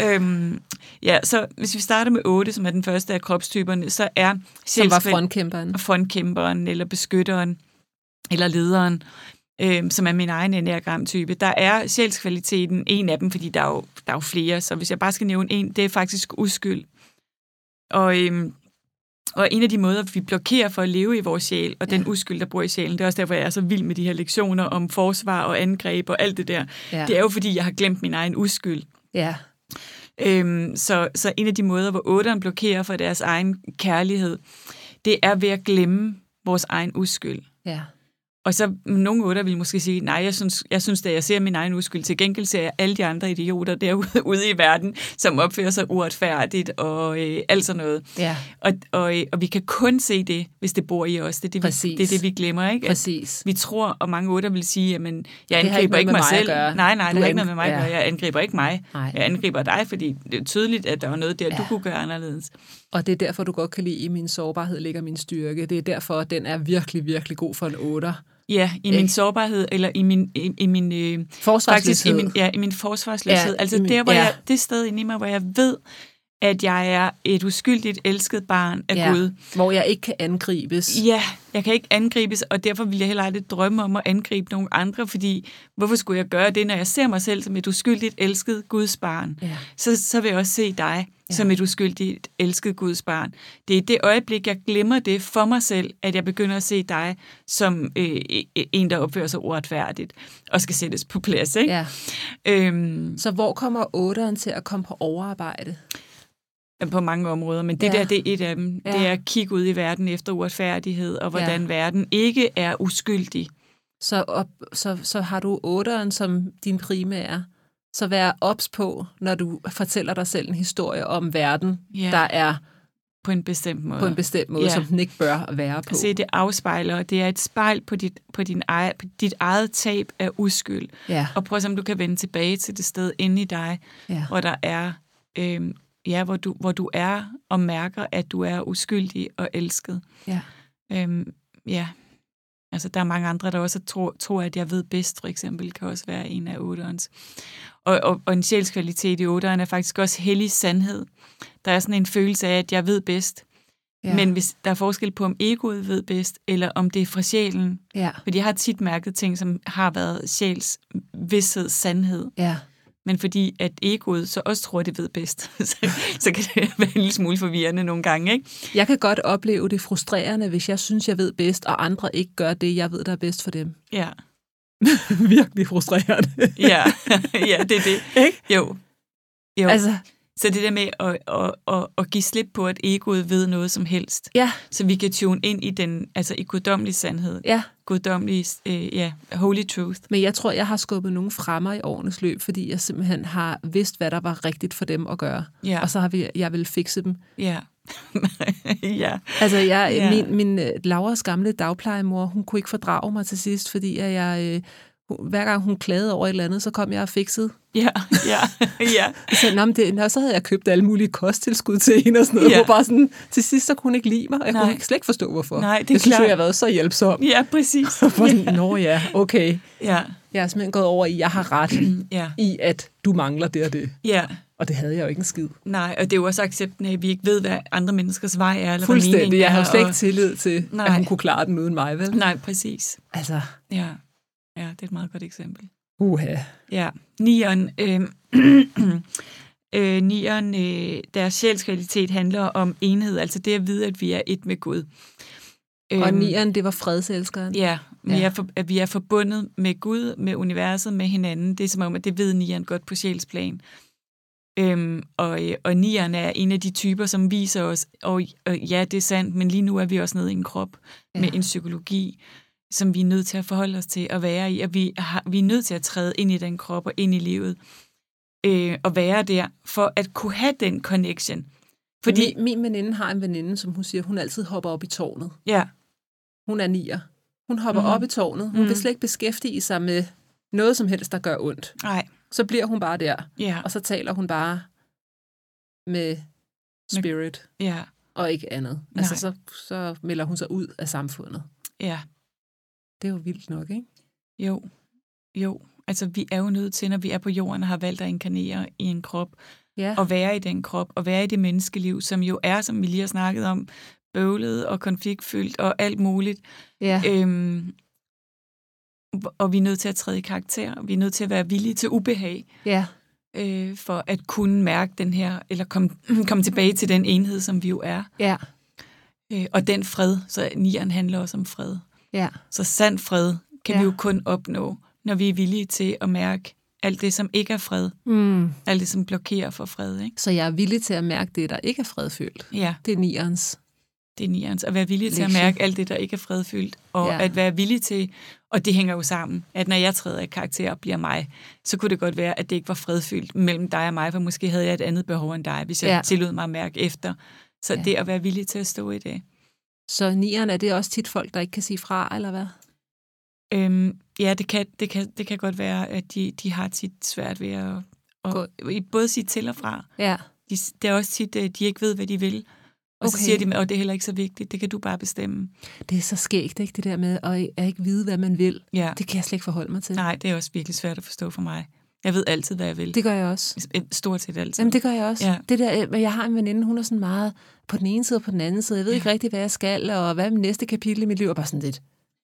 Speaker 1: Øhm, ja, så hvis vi starter med 8, som er den første af kropstyperne, så er
Speaker 2: Som var
Speaker 1: sjælskridt-
Speaker 2: frontkæmperen.
Speaker 1: frontkæmperen eller beskytteren eller lederen, øhm, som er min egen enagramtype. Der er sjælskvaliteten en af dem, fordi der er, jo, der er jo flere, så hvis jeg bare skal nævne en, det er faktisk uskyld. Og, øhm, og en af de måder, vi blokerer for at leve i vores sjæl, og den uskyld, der bor i sjælen, det er også derfor, jeg er så vild med de her lektioner om forsvar og angreb og alt det der.
Speaker 2: Ja.
Speaker 1: Det er jo, fordi jeg har glemt min egen uskyld.
Speaker 2: Ja.
Speaker 1: Øhm, så, så en af de måder, hvor otteren blokerer for deres egen kærlighed, det er ved at glemme vores egen uskyld.
Speaker 2: Ja.
Speaker 1: Og så nogle otter vil måske sige, nej, jeg synes, jeg synes, da jeg ser min egen uskyld, til gengæld ser jeg alle de andre idioter derude ude i verden, som opfører sig uretfærdigt og øh, alt sådan noget.
Speaker 2: Ja.
Speaker 1: Og, og, øh, og vi kan kun se det, hvis det bor i os. Det er det, vi,
Speaker 2: Præcis.
Speaker 1: det, er det, vi glemmer, ikke? Altså, At
Speaker 2: Præcis.
Speaker 1: vi tror, og mange otter vil sige, jamen, jeg
Speaker 2: Det har ikke
Speaker 1: angriber ikke
Speaker 2: noget med
Speaker 1: mig
Speaker 2: mig at
Speaker 1: selv.
Speaker 2: gøre.
Speaker 1: Nej, nej,
Speaker 2: Du
Speaker 1: det har
Speaker 2: er
Speaker 1: ikke noget med
Speaker 2: ang-
Speaker 1: mig at
Speaker 2: ja.
Speaker 1: gøre. Jeg angriber ikke mig.
Speaker 2: Nej.
Speaker 1: Jeg angriber dig, fordi det er tydeligt, at der var noget der, ja. du
Speaker 2: Ja.
Speaker 1: kunne gøre anderledes.
Speaker 2: Og det er derfor, du godt kan lide, i min sårbarhed ligger min styrke. Det er derfor, den er virkelig, virkelig god for en otter.
Speaker 1: Ja, i
Speaker 2: Ikke?
Speaker 1: min sårbarhed, eller i min... I, i min øh, faktisk i
Speaker 2: Forsvarsløshed.
Speaker 1: min, ja, i min forsvarsløshed.
Speaker 2: Ja,
Speaker 1: Ja, altså
Speaker 2: i min-
Speaker 1: der, hvor
Speaker 2: ja.
Speaker 1: jeg, det sted inde i mig, hvor jeg ved, at jeg er et uskyldigt elsket barn af
Speaker 2: ja.
Speaker 1: Gud.
Speaker 2: Hvor jeg ikke kan angribes.
Speaker 1: Ja, jeg kan ikke angribes, og derfor vil jeg heller aldrig drømme om at angribe nogen andre, fordi hvorfor skulle jeg gøre det, når jeg ser mig selv som et uskyldigt elsket Guds barn?
Speaker 2: Ja.
Speaker 1: Så, så vil jeg også se dig ja. som et uskyldigt elsket Guds barn. Det er i det øjeblik, jeg glemmer det for mig selv, at jeg begynder at se dig som øh, en, der opfører sig uretfærdigt og skal sættes på plads. Ikke?
Speaker 2: ja.
Speaker 1: Øhm,
Speaker 2: Så hvor kommer otteren til at komme på overarbejde?
Speaker 1: på mange områder, men det
Speaker 2: Ja.
Speaker 1: ja. der, det er et af dem.
Speaker 2: Ja.
Speaker 1: Ja. Det er at kigge ud i verden efter uretfærdighed, og hvordan ja. verden ikke er uskyldig.
Speaker 2: Så, op, så, så har du otteren som din primære. Så vær ops på, når du fortæller dig selv en historie om verden,
Speaker 1: Ja.
Speaker 2: der er
Speaker 1: På en bestemt måde.
Speaker 2: på en bestemt måde,
Speaker 1: Ja.
Speaker 2: som den ikke bør være på.
Speaker 1: Se, det afspejler, og det er et spejl på dit, på, din ej, på dit eget tab af uskyld.
Speaker 2: Ja,
Speaker 1: Og prøv at se, om du kan vende tilbage til det sted inde i dig,
Speaker 2: ja.
Speaker 1: hvor der er, øh, ja, hvor du, hvor du er og mærker, at du er uskyldig og elsket.
Speaker 2: ja.
Speaker 1: Øhm, ja, altså der er mange andre, der også tror, tror, at jeg ved bedst, for eksempel, kan også være en af otterens. Og, og, og en sjælskvalitet i otteren er faktisk også hellig sandhed. Der er sådan en følelse af, at jeg ved bedst.
Speaker 2: ja.
Speaker 1: Ja. Men hvis der er forskel på, om egoet ved bedst, eller om det er fra sjælen.
Speaker 2: ja.
Speaker 1: Fordi jeg har tit mærket ting, som har været sjæls vidshed, sandhed.
Speaker 2: Ja,
Speaker 1: Men fordi at egoet så også tror, det ved bedst, så, så kan det være en lille smule forvirrende nogle gange, ikke?
Speaker 2: jeg kan godt opleve det frustrerende, hvis jeg synes, jeg ved bedst, og andre ikke gør det, jeg ved, der er bedst for dem.
Speaker 1: Ja,
Speaker 2: Virkelig frustrerende.
Speaker 1: ja, ja det er det.
Speaker 2: Ikke?
Speaker 1: Jo. jo.
Speaker 2: Altså,
Speaker 1: Så det der med at, at, at, at give slip på, at egoet ved noget som helst,
Speaker 2: Ja,
Speaker 1: så vi kan tune ind i den, altså i guddommelig sandhed,
Speaker 2: ja.
Speaker 1: guddommelig, øh, ja, holy truth.
Speaker 2: Men jeg tror, jeg har skubbet nogle fremmer i årenes løb, fordi jeg simpelthen har vidst, hvad der var rigtigt for dem at gøre.
Speaker 1: Ja.
Speaker 2: Og så har vi, jeg vil fikse dem.
Speaker 1: Ja. ja.
Speaker 2: Altså,
Speaker 1: Ja.
Speaker 2: jeg, ja. min, min øh, Lauras gamle dagplejemor, hun kunne ikke fordrage mig til sidst, fordi at jeg, øh, hun- hver gang hun klagede over et eller andet, så kom jeg og fiksede.
Speaker 1: Ja, ja, ja.
Speaker 2: Så, nå, men det, nå, så havde jeg købt alle mulige kosttilskud til hende og sådan noget.
Speaker 1: Ja.
Speaker 2: Ja. Bare sådan, til sidst så kunne hun ikke lide mig, og jeg
Speaker 1: Nej.
Speaker 2: Nej. kunne ikke, slet ikke forstå, hvorfor.
Speaker 1: Nej, det er
Speaker 2: jeg synes, jo,
Speaker 1: klart.
Speaker 2: jeg har været så hjælpsom.
Speaker 1: Ja, præcis.
Speaker 2: Hvor sådan, Nå ja, okay.
Speaker 1: Ja,
Speaker 2: Jeg er simpelthen gået over i, jeg har ret
Speaker 1: ja,
Speaker 2: i, at du mangler det og det.
Speaker 1: ja.
Speaker 2: Og det havde jeg jo ikke en skid.
Speaker 1: Nej, og det er jo også accepten af, at vi ikke ved, hvad andre menneskers vej er, eller hvad
Speaker 2: Fuldstændig.
Speaker 1: meningen
Speaker 2: Jeg havde
Speaker 1: er,
Speaker 2: slet ikke
Speaker 1: og-
Speaker 2: tillid til, Nej.
Speaker 1: Nej.
Speaker 2: at hun kunne klare den uden mig, vel?
Speaker 1: Nej, præcis.
Speaker 2: Altså,
Speaker 1: Ja. ja, det er et meget godt eksempel.
Speaker 2: uha.
Speaker 1: Ja, nieren, øh, øh, nieren øh, deres sjælskvalitet handler om enhed, altså det at vide, at vi er et med Gud.
Speaker 2: Og
Speaker 1: Øhm,
Speaker 2: nieren, det var fredselskeren.
Speaker 1: Ja, vi, ja.
Speaker 2: Ja.
Speaker 1: Er for, at vi er forbundet med Gud, med universet, med hinanden. Det er som om, at det ved nieren godt på sjælsplan. Øhm, og, øh, og nieren er en af de typer, som viser os, og, og ja, det er sandt, men lige nu er vi også nede i en krop ja. med en psykologi, som vi er nødt til at forholde os til at være i, og vi, har, vi er nødt til at træde ind i den krop og ind i livet, øh, og være der, for at kunne have den connection. Fordi,
Speaker 2: Fordi min, min veninde har en veninde, som hun siger, hun altid hopper op i tårnet.
Speaker 1: ja,
Speaker 2: Hun er nier. Hun hopper
Speaker 1: Mhm.
Speaker 2: mm. op i tårnet. Hun mm. vil slet ikke beskæftige sig med noget som helst, der gør ondt.
Speaker 1: nej,
Speaker 2: Så bliver hun bare der,
Speaker 1: ja,
Speaker 2: og så taler hun bare med spirit
Speaker 1: ja,
Speaker 2: og ikke andet. Altså,
Speaker 1: Nej.
Speaker 2: så, så melder hun sig ud af samfundet.
Speaker 1: ja.
Speaker 2: Det er jo vildt nok, ikke?
Speaker 1: Jo, jo. Altså, vi er jo nødt til, når vi er på jorden og har valgt at inkarnere i en krop,
Speaker 2: Ja.
Speaker 1: og være i den krop, og være i det menneskeliv, som jo er, som vi lige har snakket om, bøvlet og konfliktfyldt og alt muligt.
Speaker 2: ja.
Speaker 1: Øhm, og vi er nødt til at træde i karakter. Vi er nødt til at være villige til ubehag,
Speaker 2: ja.
Speaker 1: øh, for at kunne mærke den her, eller komme kom tilbage til den enhed, som vi jo er.
Speaker 2: Ja.
Speaker 1: Øh, og den fred, så nieren handler også om fred.
Speaker 2: Ja.
Speaker 1: Så sand fred kan ja. vi
Speaker 2: Ja.
Speaker 1: jo kun opnå, når vi er villige til at mærke alt det, som ikke er fred.
Speaker 2: Mm.
Speaker 1: Alt det, som blokerer for fred. Ikke?
Speaker 2: Så jeg er villig til at mærke det, der ikke er fredfyldt.
Speaker 1: Ja,
Speaker 2: Det er nierens.
Speaker 1: det er nierens. At være villig til at
Speaker 2: Lektie.
Speaker 1: mærke alt det, der ikke er fredfyldt. Og ja.
Speaker 2: Ja.
Speaker 1: at være villig til, og det hænger jo sammen, at når jeg træder i karakter og bliver mig, så kunne det godt være, at det ikke var fredfyldt mellem dig og mig, for måske havde jeg et andet behov end dig, hvis jeg ja.
Speaker 2: Ja.
Speaker 1: tillod mig at mærke efter. Så ja.
Speaker 2: Ja.
Speaker 1: det at være villig til at stå i det.
Speaker 2: Så nieren er det også tit folk, der ikke kan sige fra, eller hvad?
Speaker 1: Øhm, ja, det kan, det, kan, det kan godt være, at de, de har tit svært ved at, at både sige til og fra.
Speaker 2: Ja.
Speaker 1: de, det er også tit, at de ikke ved, hvad de vil. Og okay. så
Speaker 2: Okay.
Speaker 1: siger de, at det er heller ikke så vigtigt, det kan du bare bestemme.
Speaker 2: Det er så skægt, ikke? Det der med at, at ikke vide, hvad man vil.
Speaker 1: Ja. Det...
Speaker 2: Det kan jeg slet ikke forholde mig til.
Speaker 1: Nej, det er også virkelig svært at forstå for mig. Jeg ved altid, hvad jeg vil. Det...
Speaker 2: Det gør jeg også.
Speaker 1: Stort set altid.
Speaker 2: Jamen, det gør jeg også.
Speaker 1: Ja.
Speaker 2: Ja. Det der, øh, men jeg har en veninde, hun er sådan meget på den ene side og på den anden side. Jeg ved ikke rigtig, hvad jeg skal, og hvad er mit næste kapitel i mit liv? Og bare sådan lidt,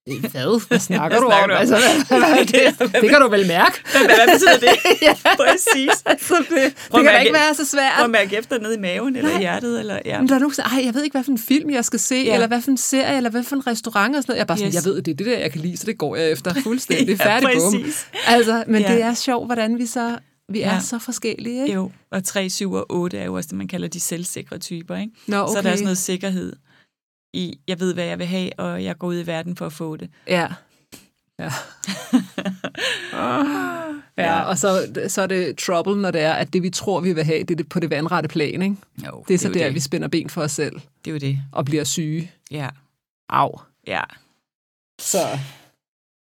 Speaker 2: "Øh, hvad? Hvad snakker du
Speaker 1: snakker
Speaker 2: om?
Speaker 1: du om?
Speaker 2: Altså, hvad, hvad er det? det kan du vel mærke?
Speaker 1: Hvad betyder det? Præcis.
Speaker 2: Altså, det, det
Speaker 1: Prøv at
Speaker 2: kan da
Speaker 1: mærke-
Speaker 2: ikke være så
Speaker 1: Prøv at
Speaker 2: svært.
Speaker 1: mærke efter ned i maven eller Nej.
Speaker 2: Nej.
Speaker 1: hjertet. Eller, ja.
Speaker 2: Men der er nogen, der siger, Ej, jeg ved ikke, hvad for en film jeg skal se,
Speaker 1: Ja.
Speaker 2: ja. eller hvad for en serie, eller hvad for en restaurant og sådan noget. Jeg er bare sådan,
Speaker 1: Yes.
Speaker 2: jeg ved, det er det der, jeg kan lide, så det går jeg efter fuldstændig. Færdig
Speaker 1: ja,
Speaker 2: bum.
Speaker 1: præcis.
Speaker 2: Altså, men
Speaker 1: Ja.
Speaker 2: ja. det er sjovt, hvordan vi så vi er
Speaker 1: Ja.
Speaker 2: ja. så forskellige, ikke?
Speaker 1: Jo, og 3, 7 og 8 er jo også det, man kalder de selvsikre typer. Ikke?
Speaker 2: Nå,
Speaker 1: Så er der også noget sikkerhed i, jeg ved, hvad jeg vil have, og jeg går ud i verden for at få det.
Speaker 2: Ja. Ja. ja, og så, så er det trouble, når det er, at det vi tror, vi vil have, det er det på det vandrette plan, ikke?
Speaker 1: Jo,
Speaker 2: Det er så
Speaker 1: jo
Speaker 2: der, vi spænder ben for os selv
Speaker 1: Det er jo det.
Speaker 2: og bliver syge.
Speaker 1: Ja.
Speaker 2: Au.
Speaker 1: ja.
Speaker 2: Så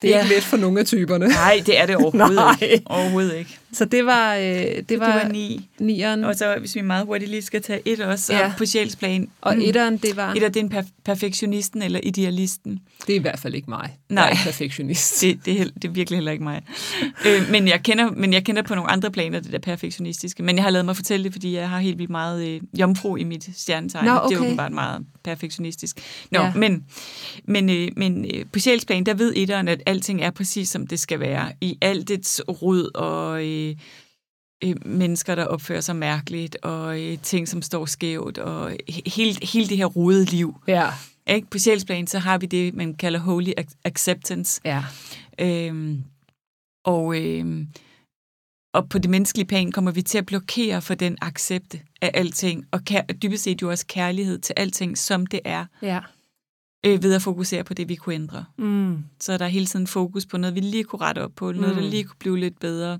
Speaker 2: det er
Speaker 1: Ja.
Speaker 2: ja. ikke let for nogle af typerne.
Speaker 1: Nej, det er det overhovedet
Speaker 2: Nej.
Speaker 1: ikke. Overhovedet ikke.
Speaker 2: Så det var, øh, det,
Speaker 1: Det var, det var ni.
Speaker 2: nieren,
Speaker 1: Og så hvis vi meget hurtigt lige skal tage et også ja.
Speaker 2: Ja.
Speaker 1: på sjælsplan. Mm.
Speaker 2: og etteren, det var...
Speaker 1: Et af det er en perf- perfektionisten eller idealisten.
Speaker 2: Det er i hvert fald ikke mig.
Speaker 1: Nej.
Speaker 2: Jeg er ikke perfektionist.
Speaker 1: Det, det, er, hel- det er virkelig heller ikke mig. øh, men, jeg kender, men jeg kender på nogle andre planer det der perfektionistiske. Men jeg har lavet mig fortælle det, fordi jeg har helt vildt meget øh, jomfru i mit stjernetegn.
Speaker 2: Nå,
Speaker 1: Det er
Speaker 2: okay.
Speaker 1: åbenbart meget perfektionistisk. Nå, ja.
Speaker 2: Ja.
Speaker 1: men, men, øh, men øh, på sjælsplan, der ved etteren, at alting er præcis, som det skal være. I alt dets rod og... Øh, øh, mennesker, der opfører sig mærkeligt, og øh, ting, som står skævt, og he- hele, hele det her rodede liv.
Speaker 2: Ja,
Speaker 1: Ikke? På sjælsplan, så har vi det, man kalder holy ac- acceptance.
Speaker 2: ja.
Speaker 1: Øhm, og, øhm, Og på det menneskelige plan kommer vi til at blokere for den accept af alting, og kær- dybest set jo også kærlighed til alting, som det er,
Speaker 2: Ja.
Speaker 1: øh, ved at fokusere på det, vi kunne ændre.
Speaker 2: Mm.
Speaker 1: Så der er hele tiden fokus på noget, vi lige kunne rette op på, noget, der lige kunne blive lidt bedre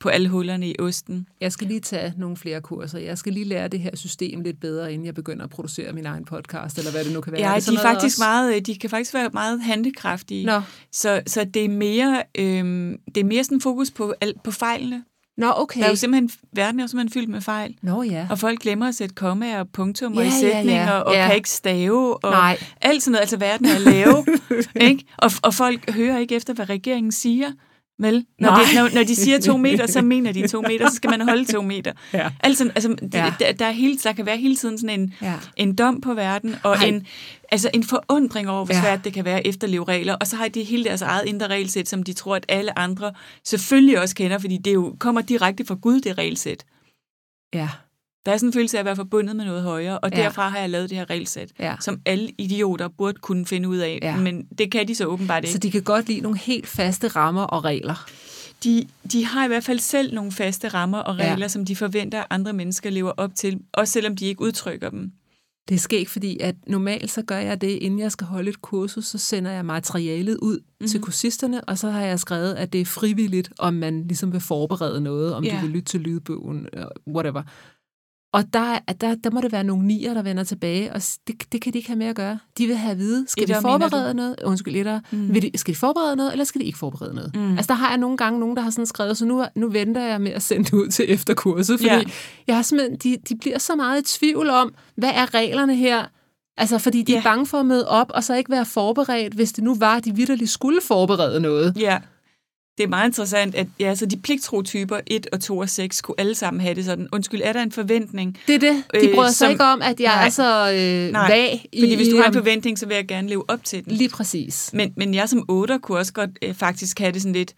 Speaker 1: på alle hullerne i osten.
Speaker 2: Jeg skal lige tage nogle flere kurser. Jeg skal lige lære det her system lidt bedre, inden jeg begynder at producere min egen podcast, eller hvad det nu kan være.
Speaker 1: Ja,
Speaker 2: Er
Speaker 1: de,
Speaker 2: det sådan
Speaker 1: er
Speaker 2: noget
Speaker 1: faktisk
Speaker 2: også?
Speaker 1: meget, øh, de kan faktisk være meget handlekraftige.
Speaker 2: Nå.
Speaker 1: Så, så det er mere, øhm, det er mere sådan fokus på, al- på fejlene.
Speaker 2: Nå, okay.
Speaker 1: Der er jo simpelthen, verden er jo simpelthen fyldt med fejl.
Speaker 2: Nå ja.
Speaker 1: Og folk glemmer at sætte kommaer og punktummer
Speaker 2: Ja,
Speaker 1: i
Speaker 2: ja, ja.
Speaker 1: sætninger, og
Speaker 2: Ja.
Speaker 1: kan ikke stave, og
Speaker 2: Nej.
Speaker 1: alt sådan noget. Altså, verden er lav, ikke? Og, og folk hører ikke efter, hvad regeringen siger. Vel, når,
Speaker 2: Nej.
Speaker 1: det, når, når de siger to meter, så mener de to meter, så skal man holde to meter.
Speaker 2: Ja.
Speaker 1: Altså, altså det,
Speaker 2: Ja.
Speaker 1: der, der, er hele, der kan være hele tiden sådan en,
Speaker 2: Ja.
Speaker 1: en dom på verden, og
Speaker 2: Ej.
Speaker 1: en, altså en forundring over, hvor
Speaker 2: Ja.
Speaker 1: ja. svært det kan være at efterleve regler. Og så har de hele deres eget indre regelsæt, som de tror, at alle andre selvfølgelig også kender, fordi det jo kommer direkte fra Gud, det regelsæt.
Speaker 2: Ja.
Speaker 1: Der er sådan en følelse af at være forbundet med noget højere, og
Speaker 2: Ja.
Speaker 1: derfra har jeg lavet det her regelsæt,
Speaker 2: Ja.
Speaker 1: som alle idioter burde kunne finde ud af,
Speaker 2: Ja.
Speaker 1: men det kan de så åbenbart ikke.
Speaker 2: Så de kan godt lide nogle helt faste rammer og regler.
Speaker 1: de, de har i hvert fald selv nogle faste rammer og
Speaker 2: Ja.
Speaker 1: regler, som de forventer, at andre mennesker lever op til, også selvom de ikke udtrykker dem.
Speaker 2: Det er skægt, fordi at normalt så gør jeg det, inden jeg skal holde et kursus, så sender jeg materialet ud
Speaker 1: Mhm.
Speaker 2: mm-hmm. til kursisterne, og så har jeg skrevet, at det er frivilligt, om man ligesom vil forberede noget, om
Speaker 1: Ja.
Speaker 2: du vil lytte til lydbogen, øh, whatever. Og der, er- der, der må det være nogle nier, der vender tilbage, og s- det, det kan de ikke have med at gøre. De vil have at vide, skal
Speaker 1: Etter,
Speaker 2: de
Speaker 1: mener du?
Speaker 2: forberede noget? Undskyld, etter, mm. vil de, skal de forberede noget, eller skal de ikke forberede noget? Mm. Altså, der har jeg nogle gange nogen, der har sådan skrevet, så nu, nu venter jeg med at sende det ud til efterkurset, fordi
Speaker 1: Ja.
Speaker 2: ja. jeg har simpelthen, de, de bliver så meget i tvivl om, hvad er reglerne her? Altså, fordi de
Speaker 1: Ja.
Speaker 2: er bange for at møde op, og så ikke være forberedt, hvis det nu var, at de vidderligt skulle forberede noget.
Speaker 1: Ja. Det er meget interessant, at ja, så de pligtro-typer 1 og 2 og 6 kunne alle sammen have det sådan. Undskyld, er der en forventning?
Speaker 2: Det er det. De
Speaker 1: Øh,
Speaker 2: bryder øh, sig
Speaker 1: som-
Speaker 2: ikke om, at jeg
Speaker 1: Nej.
Speaker 2: er så øh,
Speaker 1: Nej,
Speaker 2: vag i...
Speaker 1: Fordi hvis du har en
Speaker 2: om-
Speaker 1: forventning, så vil jeg gerne leve op til den.
Speaker 2: Lige præcis.
Speaker 1: Men, men jeg som 8 kunne også godt øh, faktisk have det sådan lidt,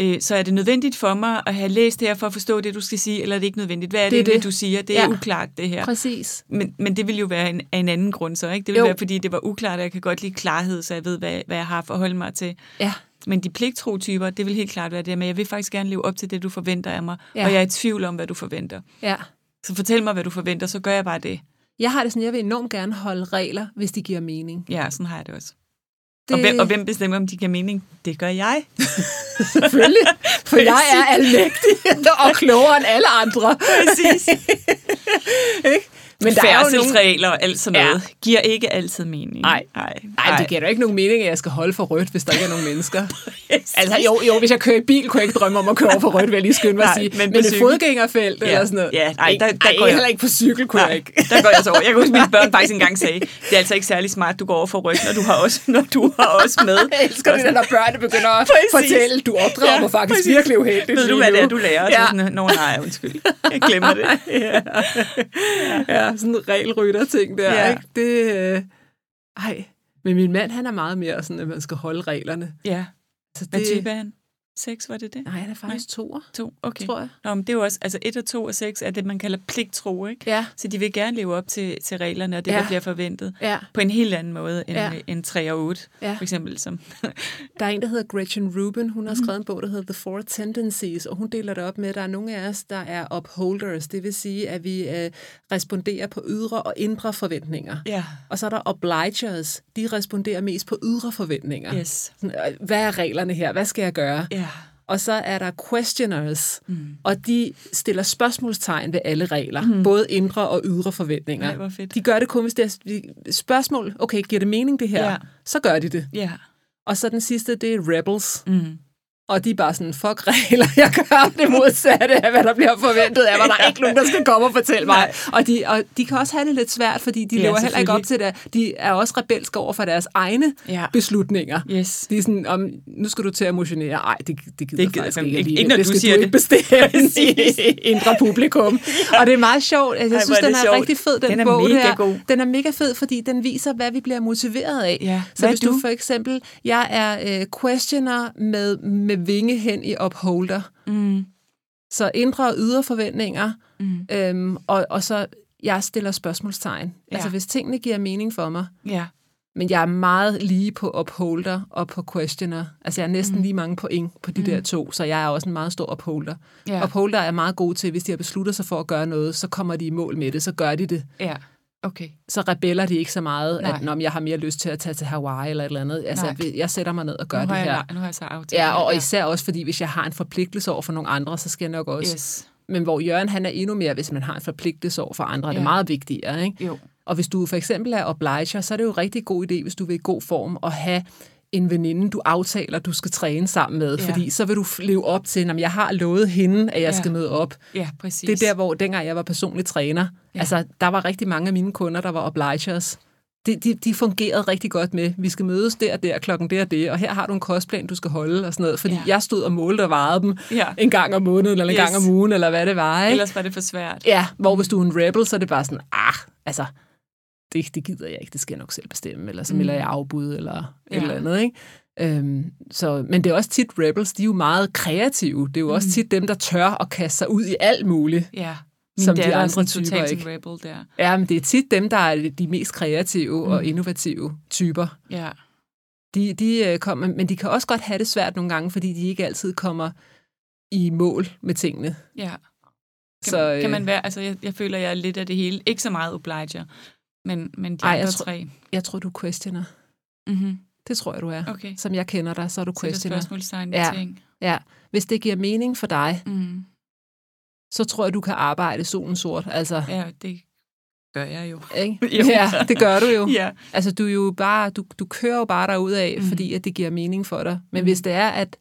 Speaker 1: øh, så er det nødvendigt for mig at have læst det her for at forstå det, du skal sige, eller er det ikke nødvendigt? Hvad er det,
Speaker 2: Det er
Speaker 1: det, egentlig,
Speaker 2: det.
Speaker 1: du siger? Det er
Speaker 2: Ja.
Speaker 1: uklart, det her.
Speaker 2: Præcis.
Speaker 1: Men, men det ville jo være en, af en anden grund så, ikke? Det ville
Speaker 2: Jo.
Speaker 1: jo. være, fordi det var uklart, og jeg kan godt lide klarhed, så jeg ved, hvad, hvad jeg har at forholde mig til.
Speaker 2: Ja.
Speaker 1: Men de pligtro-typer, det vil helt klart være det, men jeg vil faktisk gerne leve op til det, du forventer af mig,
Speaker 2: Ja.
Speaker 1: og jeg er i tvivl om, hvad du forventer.
Speaker 2: Ja.
Speaker 1: Så fortæl mig, hvad du forventer, så gør jeg bare det.
Speaker 2: Jeg har det sådan, jeg vil enormt gerne holde regler, hvis de giver mening.
Speaker 1: Ja, sådan har jeg det også.
Speaker 2: Det...
Speaker 1: Og, hvem, og hvem bestemmer, om de giver mening? Det gør jeg.
Speaker 2: Selvfølgelig. For jeg er almægtig og klogere end alle andre.
Speaker 1: Præcis.
Speaker 2: Men der er jo nogle...
Speaker 1: Færdselsregler og alt sådan noget ja. giver ikke altid mening.
Speaker 2: Nej.
Speaker 1: Nej.
Speaker 2: Nej, det giver da ikke nogen mening, at jeg skal holde for rødt, hvis der ikke er nogen mennesker.
Speaker 1: Altså,
Speaker 2: Altså jo, jo, hvis jeg kører i bil, kunne jeg ikke drømme om at køre over for rødt, vil jeg lige skynde mig at
Speaker 1: Nej,
Speaker 2: sige.
Speaker 1: men
Speaker 2: Men,
Speaker 1: på
Speaker 2: men et
Speaker 1: cykel.
Speaker 2: fodgængerfelt ja. eller sådan noget.
Speaker 1: Ja, nej, der, der
Speaker 2: Ej,
Speaker 1: går jeg.
Speaker 2: heller ikke på cykel, kunne jeg
Speaker 1: Nej,
Speaker 2: ikke.
Speaker 1: der går jeg så over. Jeg kan huske, at mine børn faktisk engang sagde, det er altså ikke særlig smart, du går over for ryggen, når du har også, når du har også med.
Speaker 2: Jeg elsker det, når børnene begynder at
Speaker 1: Præcis.
Speaker 2: fortælle, du opdrager ja, mig faktisk
Speaker 1: præcis.
Speaker 2: præcis. virkelig uheldigt
Speaker 1: Ved du,
Speaker 2: lige
Speaker 1: hvad det er, du
Speaker 2: nu."
Speaker 1: lærer? Ja.
Speaker 2: Ja.
Speaker 1: Sådan, Nå, nej, undskyld. Jeg glemmer det. Ja.
Speaker 2: Ja, sådan en regelrytter-ting der,
Speaker 1: Ja.
Speaker 2: ja. ikke? Det, øh... Ej, men min mand, han er meget mere sådan, at man skal holde reglerne.
Speaker 1: ja.
Speaker 2: Så det...
Speaker 1: Hvad type er han? 6, var det det?
Speaker 2: Nej, han er faktisk toer,
Speaker 1: To, okay.
Speaker 2: tror jeg.
Speaker 1: Nå, men det er jo også, altså 1 og 2 og 6 er det, man kalder pligttro, ikke?
Speaker 2: Ja,
Speaker 1: Så de vil gerne leve op til, til reglerne og det,
Speaker 2: Ja.
Speaker 1: der bliver forventet.
Speaker 2: ja.
Speaker 1: På en helt anden måde end,
Speaker 2: Ja.
Speaker 1: ja. end 3 og 8,
Speaker 2: Ja.
Speaker 1: for eksempel. Som,
Speaker 2: Der er en, der hedder Gretchen Rubin. Hun
Speaker 1: Mhm.
Speaker 2: har skrevet en bog, der hedder The Four Tendencies, og hun deler det op med, at der er nogle af os, der er upholders. Det vil sige, at vi øh, responderer på ydre og indre forventninger.
Speaker 1: ja,
Speaker 2: Og så er der obligers. De responderer mest på ydre forventninger.
Speaker 1: yes.
Speaker 2: Sådan, øh, Hvad er reglerne her? Hvad skal jeg gøre?
Speaker 1: Ja,
Speaker 2: Og så er der questioners, mm. og de stiller spørgsmålstegn ved alle regler, mm. både indre og ydre forventninger.
Speaker 1: Ej, hvor fedt.
Speaker 2: De gør det kun, hvis det er spørgsmål. Okay, giver det mening det her?
Speaker 1: Ja.
Speaker 2: Så gør de det.
Speaker 1: ja.
Speaker 2: Og så den sidste, det er Rebels. Mm. Og de er bare sådan, fuck regler, jeg gør det modsatte af, hvad der bliver forventet af mig. Der er ikke nogen, der skal komme og fortælle mig. Og de, og de kan også have det lidt svært, fordi de
Speaker 1: Ja,
Speaker 2: ja, lever heller ikke op til det. De er også rebelske over for deres egne
Speaker 1: Ja.
Speaker 2: ja. beslutninger.
Speaker 1: Yes.
Speaker 2: De er sådan, om, nu skal du til at motionere. Ej, det, det gider
Speaker 1: Det
Speaker 2: det
Speaker 1: gider
Speaker 2: gider faktisk
Speaker 1: jeg ikke.
Speaker 2: ikke. alligevel.
Speaker 1: Ikke når
Speaker 2: det
Speaker 1: du
Speaker 2: skal
Speaker 1: siger
Speaker 2: du ikke
Speaker 1: Præcis.
Speaker 2: bestemme i indre publikum. Og det er meget sjovt. Altså, jeg
Speaker 1: Ej,
Speaker 2: synes,
Speaker 1: hvor er
Speaker 2: den
Speaker 1: det
Speaker 2: er
Speaker 1: sjovt.
Speaker 2: rigtig fed, den,
Speaker 1: Den er
Speaker 2: bog
Speaker 1: mega
Speaker 2: der.
Speaker 1: god.
Speaker 2: Den er mega fed, fordi den viser, hvad vi bliver motiveret af.
Speaker 1: Ja.
Speaker 2: Så
Speaker 1: Hvad er
Speaker 2: hvis du?
Speaker 1: du?
Speaker 2: for eksempel, jeg er øh, questioner med, med vinge hen i upholder.
Speaker 1: Mm.
Speaker 2: Så indre og ydre forventninger,
Speaker 1: Mm.
Speaker 2: øhm, og, og så jeg stiller spørgsmålstegn.
Speaker 1: Ja.
Speaker 2: Ja. Altså hvis tingene giver mening for mig,
Speaker 1: Ja.
Speaker 2: Men jeg er meget lige på upholder og på questioner. Altså jeg er næsten mm. lige mange point på de mm. der to, så jeg er også en meget stor upholder.
Speaker 1: Ja.
Speaker 2: Upholder er meget gode til, hvis de har besluttet sig for at gøre noget, så kommer de i mål med det, så gør de det.
Speaker 1: ja. Okay.
Speaker 2: Så rebeller de ikke så meget,
Speaker 1: Nej.
Speaker 2: at når jeg har mere lyst til at tage til Hawaii eller et eller andet. Altså
Speaker 1: Nej.
Speaker 2: jeg sætter mig ned og gør
Speaker 1: Nu
Speaker 2: det
Speaker 1: har,
Speaker 2: her.
Speaker 1: jeg, nu har jeg så aftalt.
Speaker 2: Ja, og
Speaker 1: det.
Speaker 2: især også fordi, hvis jeg har en forpligtelse over for nogle andre, så skal jeg nok også. Yes.
Speaker 1: Yes.
Speaker 2: Men hvor Jørgen han er endnu mere, hvis man har en forpligtelse over for andre, er det
Speaker 1: Ja.
Speaker 2: meget vigtigere. Ikke?
Speaker 1: Jo.
Speaker 2: Og hvis du for eksempel er obliger, så er det jo en rigtig god idé, hvis du vil i god form at have en veninde, du aftaler, du skal træne sammen med,
Speaker 1: Ja.
Speaker 2: fordi så vil du f- leve op til, at jeg har lovet hende, at jeg
Speaker 1: Ja.
Speaker 2: skal møde op.
Speaker 1: Ja, præcis.
Speaker 2: Det er der, hvor dengang jeg var personlig træner,
Speaker 1: Ja.
Speaker 2: ja. altså der var rigtig mange af mine kunder, der var obligers. De, de, de fungerede rigtig godt med, vi skal mødes der og der, klokken der og det, og her har du en kostplan, du skal holde og sådan noget, fordi
Speaker 1: Ja.
Speaker 2: ja. jeg stod og målte og vejede dem
Speaker 1: Ja.
Speaker 2: en gang om måneden, eller en
Speaker 1: Yes.
Speaker 2: yes. gang om ugen, eller hvad det var. Ikke?
Speaker 1: Ellers var det for svært.
Speaker 2: Ja, hvor hvis du er en rebel, så er det bare sådan, ah, altså, det, det gider jeg ikke, det skal jeg nok selv bestemme, eller så
Speaker 1: Mm.
Speaker 2: melder jeg afbud, eller
Speaker 1: Ja.
Speaker 2: et eller andet, ikke? Øhm, så, men det er også tit rebels, de er jo meget kreative. Det er jo også
Speaker 1: Mm.
Speaker 2: tit dem, der tør at kaste sig ud i alt muligt.
Speaker 1: Ja. Min
Speaker 2: Som de
Speaker 1: datter er
Speaker 2: andre
Speaker 1: sådan
Speaker 2: typer
Speaker 1: totalt en
Speaker 2: ikke.
Speaker 1: rebel der.
Speaker 2: Ja, men det er tit dem, der er de mest kreative mm. og innovative typer.
Speaker 1: Ja.
Speaker 2: De, de øh, kommer, men de kan også godt have det svært nogle gange, fordi de ikke altid kommer i mål med tingene.
Speaker 1: ja. Kan,
Speaker 2: Så,
Speaker 1: så,
Speaker 2: øh,
Speaker 1: kan man være, altså jeg, jeg føler, jeg er lidt af det hele. Ikke så meget obliger, men, men de
Speaker 2: Ej,
Speaker 1: Ej,
Speaker 2: jeg
Speaker 1: andre
Speaker 2: tror-
Speaker 1: tre.
Speaker 2: Jeg tror, du er questioner.
Speaker 1: Mm-hmm.
Speaker 2: Det tror jeg, du er.
Speaker 1: Okay,
Speaker 2: Som jeg kender dig, så er du
Speaker 1: så det er
Speaker 2: questioner.
Speaker 1: spørgsmålstegn
Speaker 2: Ja.
Speaker 1: ja. ting.
Speaker 2: Ja, hvis det giver mening for dig,
Speaker 1: Mm.
Speaker 2: så tror jeg, du kan arbejde solen sort. Altså,
Speaker 1: Ja, det gør jeg jo.
Speaker 2: ikke?
Speaker 1: Jo.
Speaker 2: Ja, det gør du jo.
Speaker 1: Ja,
Speaker 2: Altså, du, er jo bare, du, du kører jo bare derud af,
Speaker 1: Mhm.
Speaker 2: mm. fordi at det giver mening for dig.
Speaker 1: Mhm.
Speaker 2: Men mm. hvis det er, at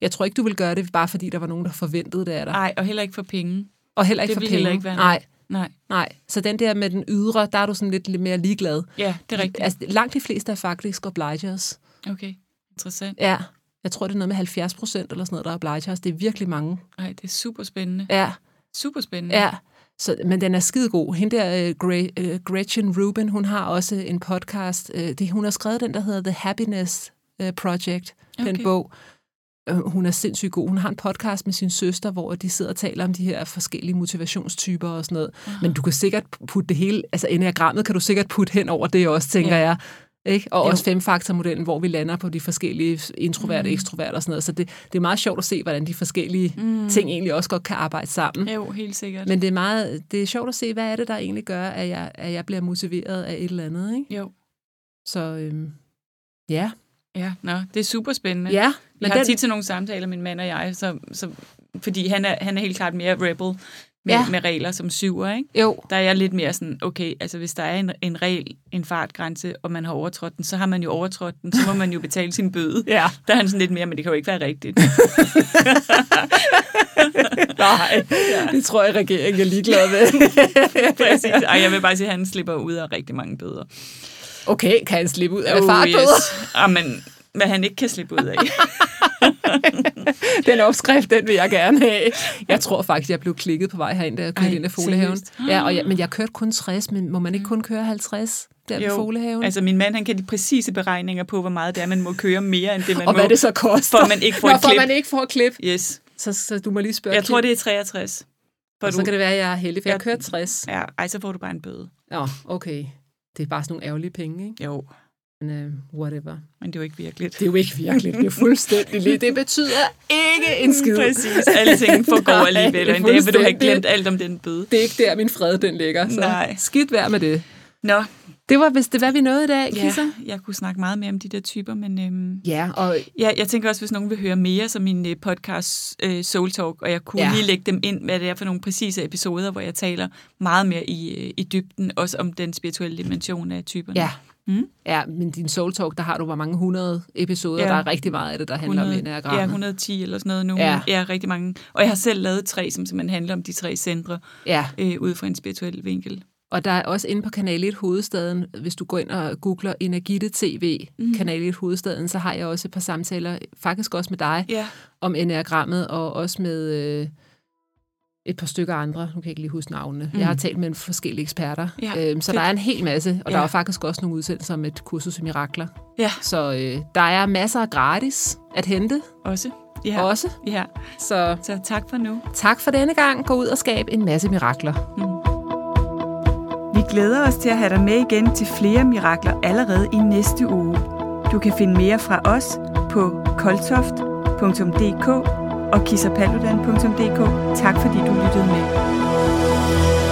Speaker 2: jeg tror ikke, du vil gøre det, bare fordi der var nogen, der forventede det af dig.
Speaker 1: nej, og heller ikke for penge.
Speaker 2: Og heller ikke
Speaker 1: det
Speaker 2: for
Speaker 1: vil
Speaker 2: penge.
Speaker 1: heller ikke være
Speaker 2: nej,
Speaker 1: Nej,
Speaker 2: nej. Så den der med den ydre, der er du sådan lidt, lidt mere ligeglad.
Speaker 1: ja, det er rigtigt.
Speaker 2: Altså, langt de fleste er faktisk obligers.
Speaker 1: Okay, interessant.
Speaker 2: Ja. Jeg tror, det er noget med 70 procent eller sådan noget, der er obligers. Det er virkelig mange.
Speaker 1: Nej, det er super spændende.
Speaker 2: Ja.
Speaker 1: Super spændende.
Speaker 2: Ja, så, men den er skidegod. Hende der, øh, Gre- øh, Gretchen Rubin, hun har også en podcast. øh, Det, hun har skrevet den, der hedder The Happiness øh, Project, okay.
Speaker 1: Okay.
Speaker 2: den bog. Øh, Hun er sindssygt god. Hun har en podcast med sin søster, hvor de sidder og taler om de her forskellige motivationstyper og sådan noget. Men du kan sikkert putte det hele, altså enagrammet kan du sikkert putte hen over det også, tænker
Speaker 1: Ja.
Speaker 2: jeg. Ikke? Og
Speaker 1: Jo.
Speaker 2: jo. også femfaktormodellen, hvor vi lander på de forskellige introverte, mm. ekstroverte og sådan noget. Så det, det er meget sjovt at se, hvordan de forskellige mm. ting egentlig også godt kan arbejde sammen.
Speaker 1: Jo, helt sikkert.
Speaker 2: Men det er, meget, det er sjovt at se, hvad er det, der egentlig gør, at jeg, at jeg bliver motiveret af et eller andet. Ikke?
Speaker 1: Jo,
Speaker 2: Så øhm, ja.
Speaker 1: ja, nå, det er super spændende.
Speaker 2: ja
Speaker 1: Vi har den... tit til nogle samtaler, min mand og jeg, så, så, fordi han er, han er helt klart mere rebel med, ja.
Speaker 2: Ja.
Speaker 1: med regler som syver, ikke?
Speaker 2: jo,
Speaker 1: Der er jeg lidt mere sådan, okay, altså hvis der er en, en regel, en fartgrænse, og man har overtrådt den, så har man jo overtrådt den, så må man jo betale sin bøde.
Speaker 2: Ja.
Speaker 1: Der er han sådan lidt mere, men det kan jo ikke være rigtigt.
Speaker 2: nej, det tror jeg, regeringen er ligeglad med.
Speaker 1: Præcis. Ej, jeg vil bare sige, at han slipper ud af rigtig mange bøder.
Speaker 2: Okay, kan han slippe ud af
Speaker 1: Oh,
Speaker 2: oh, fartbøder? Yes.
Speaker 1: yes. Jamen, hvad han ikke kan slippe ud af.
Speaker 2: Den opskrift, den vil jeg gerne have. Jeg tror faktisk, jeg blev klikket på vej herind, da jeg kørte
Speaker 1: Ej,
Speaker 2: Ej, ind af Folehaven.
Speaker 1: seriøst?
Speaker 2: Ja, og jeg, men jeg kørte kun 60, men må man ikke kun køre 50 der ved Folehaven?
Speaker 1: altså min mand, han kan de præcise beregninger på, hvor meget det er, man må køre mere, end det man
Speaker 2: og
Speaker 1: må.
Speaker 2: hvad det så
Speaker 1: for
Speaker 2: koster.
Speaker 1: at man ikke får
Speaker 2: Nå,
Speaker 1: et
Speaker 2: for
Speaker 1: klip.
Speaker 2: man ikke får et klip.
Speaker 1: Yes.
Speaker 2: Så, så du må lige spørge
Speaker 1: Jeg tror,
Speaker 2: Kim.
Speaker 1: det er 63. For
Speaker 2: Og
Speaker 1: du...
Speaker 2: så kan det være, at jeg er heldig, for jeg
Speaker 1: Ja.
Speaker 2: kørte 60.
Speaker 1: Ja, ej, så får du bare en bøde.
Speaker 2: Nå, okay. Det er bare sådan nogle ærgerlige penge, ikke?
Speaker 1: Jo,
Speaker 2: Men uh, whatever.
Speaker 1: men det er jo ikke virkeligt.
Speaker 2: Det er jo ikke virkelig, det er fuldstændig lige. Det betyder ikke en skid.
Speaker 1: Præcis, alting forgår
Speaker 2: Nej,
Speaker 1: alligevel. og En dag vil du have
Speaker 2: fuldstændig.
Speaker 1: glemt alt om den bøde.
Speaker 2: Det er ikke der, min fred den ligger. Så
Speaker 1: Nej.
Speaker 2: skidt værd med det.
Speaker 1: Nå,
Speaker 2: Det var vist det, hvad vi nåede i dag,
Speaker 1: ja,
Speaker 2: Kisser.
Speaker 1: jeg kunne snakke meget mere om de der typer, men øhm,
Speaker 2: Ja, og
Speaker 1: ja, jeg tænker også, hvis nogen vil høre mere, så min øh, podcast øh, Soul Talk, og jeg kunne ja.
Speaker 2: Ja.
Speaker 1: lige lægge dem ind, hvad det er for nogle præcise episoder, hvor jeg taler meget mere i, øh, i dybden, også om den spirituelle dimension af typerne.
Speaker 2: ja.
Speaker 1: Mm.
Speaker 2: Ja, men din Soul Talk, der har du hvor mange hundrede episoder.
Speaker 1: Ja.
Speaker 2: Ja. Der er rigtig meget af det, der handler 100, om enagrammet.
Speaker 1: ja, 110 eller sådan noget nu. Ja.
Speaker 2: Ja.
Speaker 1: ja, rigtig mange. Og jeg har selv lavet tre, som simpelthen handler om de tre centre,
Speaker 2: ja.
Speaker 1: øh, ud fra en spirituel vinkel.
Speaker 2: Og der er også inde på Kanal 1 Hovedstaden, hvis du går ind og googler Energite TV,
Speaker 1: Mhm.
Speaker 2: mm. Kanal 1 Hovedstaden, så har jeg også et par samtaler, faktisk også med dig,
Speaker 1: Ja,
Speaker 2: om enagrammet, og også med øh, et par stykker andre. Nu kan jeg ikke lige huske navnene. Mm. Jeg har talt med en forskellige eksperter.
Speaker 1: Ja,
Speaker 2: øhm, så
Speaker 1: fedt.
Speaker 2: der er en hel masse, og
Speaker 1: Ja.
Speaker 2: ja. der er faktisk også nogle udsendelser med et kursus i mirakler.
Speaker 1: Ja.
Speaker 2: Så øh, der er masser gratis at hente
Speaker 1: også.
Speaker 2: ja.
Speaker 1: Ja.
Speaker 2: også.
Speaker 1: ja,
Speaker 2: Så
Speaker 1: så tak for nu.
Speaker 2: tak for denne gang. Gå ud og skab en masse mirakler.
Speaker 1: Vi Vi glæder os til at have dig med igen til flere mirakler allerede i næste uge. Du kan finde mere fra os på koltoft.dk og kissapaludan.dk. Tak fordi du lyttede med.